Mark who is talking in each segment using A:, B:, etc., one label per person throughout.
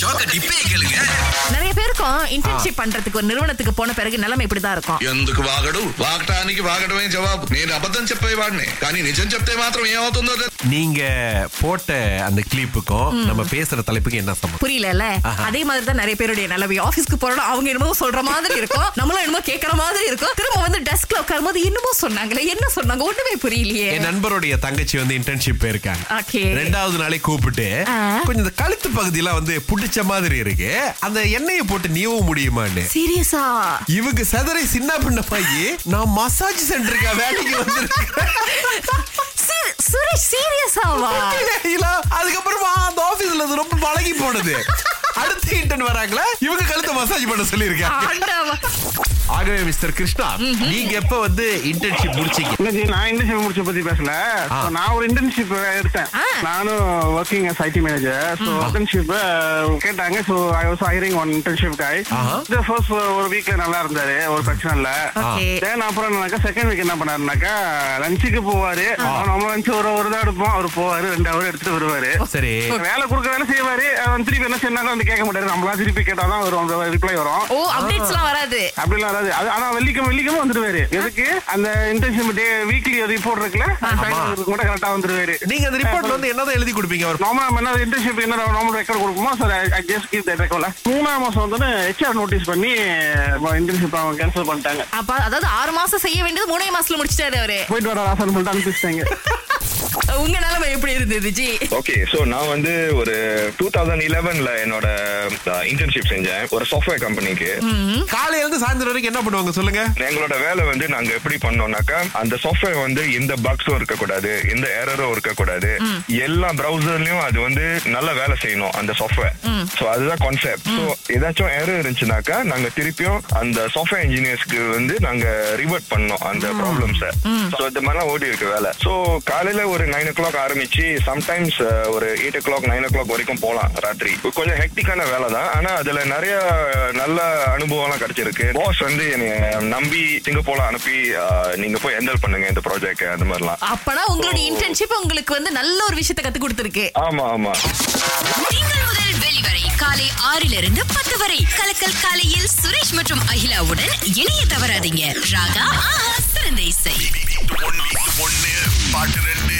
A: ஷோக்க டிப்பே கேளுங்க
B: நிறைய பேருக்கும் இன்டர்ன்ஷிப் பண்றதுக்கு ஒரு நிறுவனத்துக்கு పోన பிறகு నిலைமை இப்படிதான் இருக்கும்
C: ఎందుకు వాగడు వాగటానికి వాగడమే జవాబు నేను అబద్ధం చెప్పేవాడిని కానీ నిజం చెప్తే మాత్రం ఏమవుతుందో తె-
D: நீங்க போட்ட அந்த கிளிப்புக்கும் நம்ம பேசுற தலைப்புக்கு என்ன சம்பந்தம்
B: புரியல அதே மாதிரி தான் நிறைய பேருடைய நிலைமை ஆபீஸ்க்கு போறோம் அவங்க என்னமோ சொல்ற மாதிரி இருக்கும் நம்மளும் என்னமோ கேக்குற மாதிரி இருக்கும் திரும்ப வந்து டெஸ்க்ல உட்காரும் போது என்னமோ சொன்னாங்களே என்ன சொன்னாங்க ஒண்ணுமே புரியலையே
D: என் நண்பருடைய தங்கச்சி வந்து இன்டர்ன்ஷிப் போயிருக்காங்க
B: Okay.
D: ரெண்டாவது நாளே கூப்பிட்டு
B: ஆ.
D: கொஞ்சம் இந்த கழுத்து பகுதியெல்லாம் வந்து புடிச்ச மாதிரி இருக்கு அந்த எண்ணெயை போட்டு நீவ முடியுமான்னு
B: சீரியஸா
D: இவங்க செதறி சின்ன பின்னமாகி நான் மசாஜ் சென்டருக்கா வேலைக்கு வந்திருக்கேன்
B: சுரேஷ் சீரியஸாவா
D: இல்ல, அதுக்கப்புறமா அந்த ஆபீஸ்ல அது ரொம்ப பழகி போனது அடுத்த இன்டர்ன் வராங்களா இவங்க கழுத்தை மசாஜ் பண்ண சொல்லியிருக்காங்க
B: ஆண்டவா
D: ஆகவே மிஸ்டர் கிருஷ்ணா நீங்க எப்ப வந்து இன்டர்ன்ஷிப் முடிச்சீங்க
E: இல்லஜி நான் இன்டர்ன்ஷிப் முடிச்ச பத்தி பேசல
D: ஆ.
E: So, நான் ஒரு இன்டர்ன்ஷிப் எடுத்தேன்
B: ஆ.
E: நானும் working as IT manager so internship கேட்டாங்க so I was hiring one internship காய்
D: ஆஹா.
E: ஃபர்ஸ்ட் ஒரு வீக்ல நல்லா இருந்தாரு ஒரு பிரச்சனை இல்ல
B: Okay.
E: தென் அப்புறம் என்னக்கா செகண்ட் வீக் என்ன பண்ணாருனாக்கா லஞ்சுக்கு போவாரு நம்ம லஞ்ச் ஒரு ஒரு தான் எடுப்போம் அவர் போவாரு ரெண்டு அவர் எடுத்துட்டு வருவாரு
D: சரி
E: வேலை கொடுக்க வேலை செய்வாரு அவன் திருப்பி என்ன சொன்னாலும் வந்து கேட்க மாட்டாரு நம்மளா திருப்பி கேட்டாதான் வரும் ரிப்ளை வரும்
B: ஓ அப்டேட்ஸ் எல்லாம் வராது
E: அப்படிலாம் வராது அது ஆனா வெள்ளிக்கிழமை வெள்ளிக்கிழமை வந்துருவாரு எதுக்கு அந்த இன்டர்ன்ஷிப் டே வீக்லி ரிப்போர்ட் இருக்குல்ல அதுக்கு மட்டும் கரெக்டா வந்துருவாரு
D: நீங்க அந்த ரிப்போர்ட்ல வந்து என்னதான் எழுதி கொடுப்பீங்க அவர்
E: நார்மலா நம்ம என்ன இன்டர்ன்ஷிப் என்ன நார்மல் ரெக்கார்ட் கொடுக்குமோ sir I just keep that ரெக்கார்ட்ல மூணாம் மாசம் வந்து ஹெச்ஆர் நோட்டீஸ் பண்ணி இன்டர்ன்ஷிப் அவங்க கேன்சல் பண்ணிட்டாங்க
B: அப்ப அதாவது ஆறு மாசம் செய்ய வேண்டியது மூணே மாசத்துல முடிச்சிட்டாரு அவரு
E: போயிட்டு வர ஆசை சொல்லிட்டு அனுப்பிச்சிட்டாங்க
B: உங்க நிலைமை எப்படி இருந்தது ஜி
F: ஓகே சோ நான் வந்து ஒரு டூ தௌசண்ட் இலவன்ல என்னோட இன்டர்ன்ஷிப் செஞ்சேன் ஒரு சாஃப்ட்வேர் கம்பெனிக்கு
D: காலையில இருந்து சாயந்தரம் வரைக்கும் என்ன பண்ணுவாங்க சொல்லுங்க
F: எங்களோட வேலை வந்து நாங்க எப்படி பண்ணோம்னாக்கா அந்த சாஃப்ட்வேர் வந்து எந்த பக்ஸும் இருக்கக்கூடாது எந்த எரரும் இருக்கக்கூடாது எல்லா பிரவுசர்லயும் அது வந்து நல்லா வேலை செய்யணும் அந்த சாஃப்ட்வேர் சோ அதுதான் கான்செப்ட் சோ ஏதாச்சும் எரர் இருந்துச்சுனாக்கா நாங்க திருப்பியும் அந்த சாஃப்ட்வேர் இன்ஜினியர்ஸ்க்கு வந்து நாங்க ரிவர்ட் பண்ணோம் அந்த ப்ராப்ளம்ஸ சோ இந்த மாதிரிலாம் ஓடி இருக்கு வேலை சோ காலையில ஒரு நைன் ஓ கிளாக் ஆரம்பிச்சு சம்டைம்ஸ் ஒரு eight o'clock nine o'clock வரைக்கும் போலாம் ராத்திரி கொஞ்சம் ஹெக்டிக்கான வேலை தான் ஆனா அதுல நிறைய நல்ல அனுபவம்லாம் கிடைச்சிருக்கு பாஸ் வந்து என்னைய நம்பி சிங்கப்பூர்ல அனுப்பி அஹ், நீங்க போய் ஹேண்டில் பண்ணுங்க இந்த ப்ராஜெக்ட் அந்த மாதிரிலாம்
B: அப்பனா உங்களுடைய இன்டர்ன்ஷிப் உங்களுக்கு வந்து நல்ல ஒரு விஷயத்தை கத்து கொடுத்துருக்கு
F: ஆமா ஆமா
G: திங்கள் முதல் வெளிவரை காலை ஆறிலிருந்து பத்து வரை கலக்கல் காலையில் சுரேஷ் மற்றும் அகிலாவுடன் இணைய தவறாதீங்க ராகா ஆஹா சிறந்த இசை
A: ஒன்னு பாட்டு ரெண்டு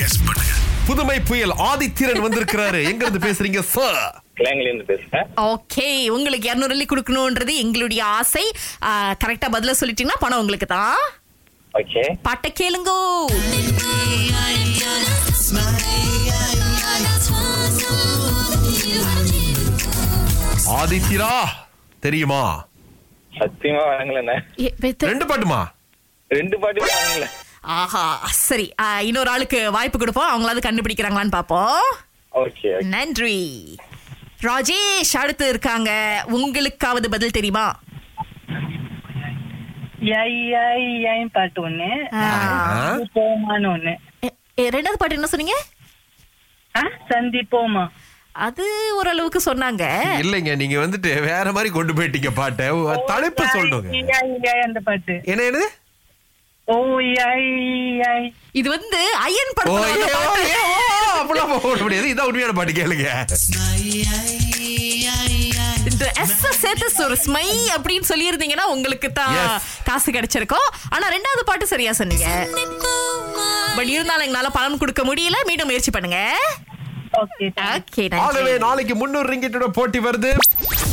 A: கெஸ் பண்ணுங்க
D: புதுமை புயல் ஆதித்திரன் வந்திருக்கிறாரு எங்க இருந்து பேசுறீங்க சார்
H: கிளாங்கிலேருந்து பேசுறேன்
B: ஓகே உங்களுக்கு இரநூறு அள்ளி கொடுக்கணும்ன்றது எங்களுடைய ஆசை ஆ, கரெக்டா பதில சொல்லிட்டீங்கன்னா பணம் உங்களுக்கு தான்
H: ஓகே
B: பாட்டை கேளுங்கோ
D: ஆதித்திரா தெரியுமா
H: சத்தியமா வழங்கலண்ணே
B: ஏ, வெத்து-
D: ரெண்டு பாட்டுமா
H: ரெண்டு பாட்டு வழங்கல
B: ஆஹா சரி ஆ, இன்னொரு ஆளுக்கு வாய்ப்பு கொடுப்போம் அவங்களாவது கண்டுபிடிக்கிறாங்களான்னு பார்ப்போம்
H: ஓகே
B: நன்றி ராஜேஷ் அடுத்து இருக்காங்க உங்களுக்காவது பதில் தெரியுமா
I: ஐயாயின் பாட்டு ஒண்ணு
D: Ah.
B: ஆ.
I: சந்திப்போமான்னு ஒண்ணு
B: எ- எ, ரெண்டாவது பாட்டு என்ன சொன்னீங்க
I: ஆ, சந்திப்போமா
B: அது ஓரளவுக்கு சொன்னாங்க
D: இல்லைங்க நீங்க வந்துட்டு வேற மாதிரி கொண்டு போயிட்டீங்க பாட்டை உ- தலைப்பு சொல்லுங்க
I: ஐயா, ஐயா, அந்த பாட்டு
D: என்ன என்னது
I: ஓ ஐயாய்
B: இது வந்து அயன்
D: ஓ,
B: படத்துல
D: ஏ,
B: வந்த
D: ஓ,
B: பாட்டு.
D: ஏ, ஓ, அப்படிலாம் போட முடியாது இதான் உண்மையான பாட்டு கேளுங்க
B: இந்த S அ சேர்த்து ஒரு ஸ்மை அப்படின்னு சொல்லியிருந்தீங்கன்னா உங்களுக்கு தான்
D: Yes.
B: காசு கிடைச்சிருக்கும் ஆனா ரெண்டாவது பாட்டு சரியா சொன்னீங்க பட் இருந்தாலும் எங்களால பலன் கொடுக்க முடியல மீண்டும் முயற்சி பண்ணுங்க
I: ஓகே
B: ஓகே
D: ஆகவே நாளைக்கு முன்னூறு ரிங்கிட்டோட போட்டி வருது